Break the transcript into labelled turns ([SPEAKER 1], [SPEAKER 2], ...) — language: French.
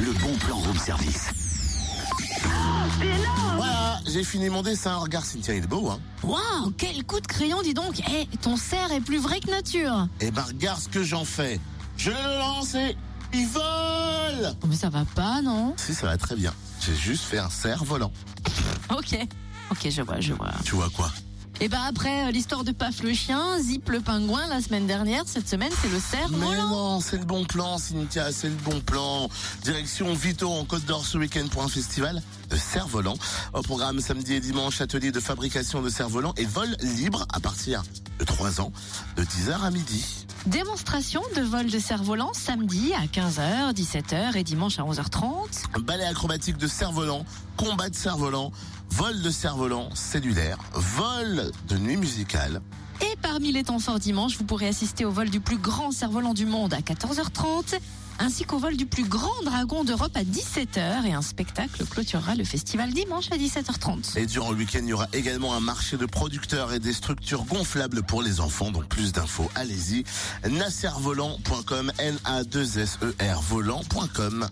[SPEAKER 1] le bon plan room service.
[SPEAKER 2] Voilà, j'ai fini mon dessin. Regarde, Cynthia, il est beau, hein.
[SPEAKER 3] Waouh, quel coup de crayon, dis donc Eh, ton cerf est plus vrai que nature
[SPEAKER 2] Eh ben, regarde ce que j'en fais. Je le lance et il vole
[SPEAKER 3] Oh, mais ça va pas, non
[SPEAKER 2] Si, ça va très bien. J'ai juste fait un cerf volant.
[SPEAKER 3] Ok, ok, je vois, je vois.
[SPEAKER 2] Tu vois quoi
[SPEAKER 3] Et bah après euh, l'histoire de Paf le chien, Zip le pingouin, la semaine dernière, cette semaine, c'est le cerf
[SPEAKER 2] Mais
[SPEAKER 3] volant
[SPEAKER 2] non, c'est le bon plan, Cynthia, c'est le bon plan. Direction Vito en Côte d'Or ce week-end pour un festival de cerf-volant. Au programme samedi et dimanche, atelier de fabrication de cerf-volant et vol libre à partir de 3 ans, de 10h à midi.
[SPEAKER 3] Démonstration de vol de cerf-volant samedi à 15h, 17h et dimanche à 11h30.
[SPEAKER 2] Ballet acrobatique de cerf-volant, combat de cerf-volant, vol de cerf-volant cellulaire, vol de nuit musicale.
[SPEAKER 3] Et parmi les temps forts dimanche, vous pourrez assister au vol du plus grand cerf-volant du monde à 14h30, ainsi qu'au vol du plus grand dragon d'Europe à 17h. Et un spectacle clôturera le festival dimanche à 17h30.
[SPEAKER 2] Et durant le week-end, il y aura également un marché de producteurs et des structures gonflables pour les enfants. Donc plus d'infos, E allez-y. Nasservolant.com, N-A-2-S-E-R volant.com.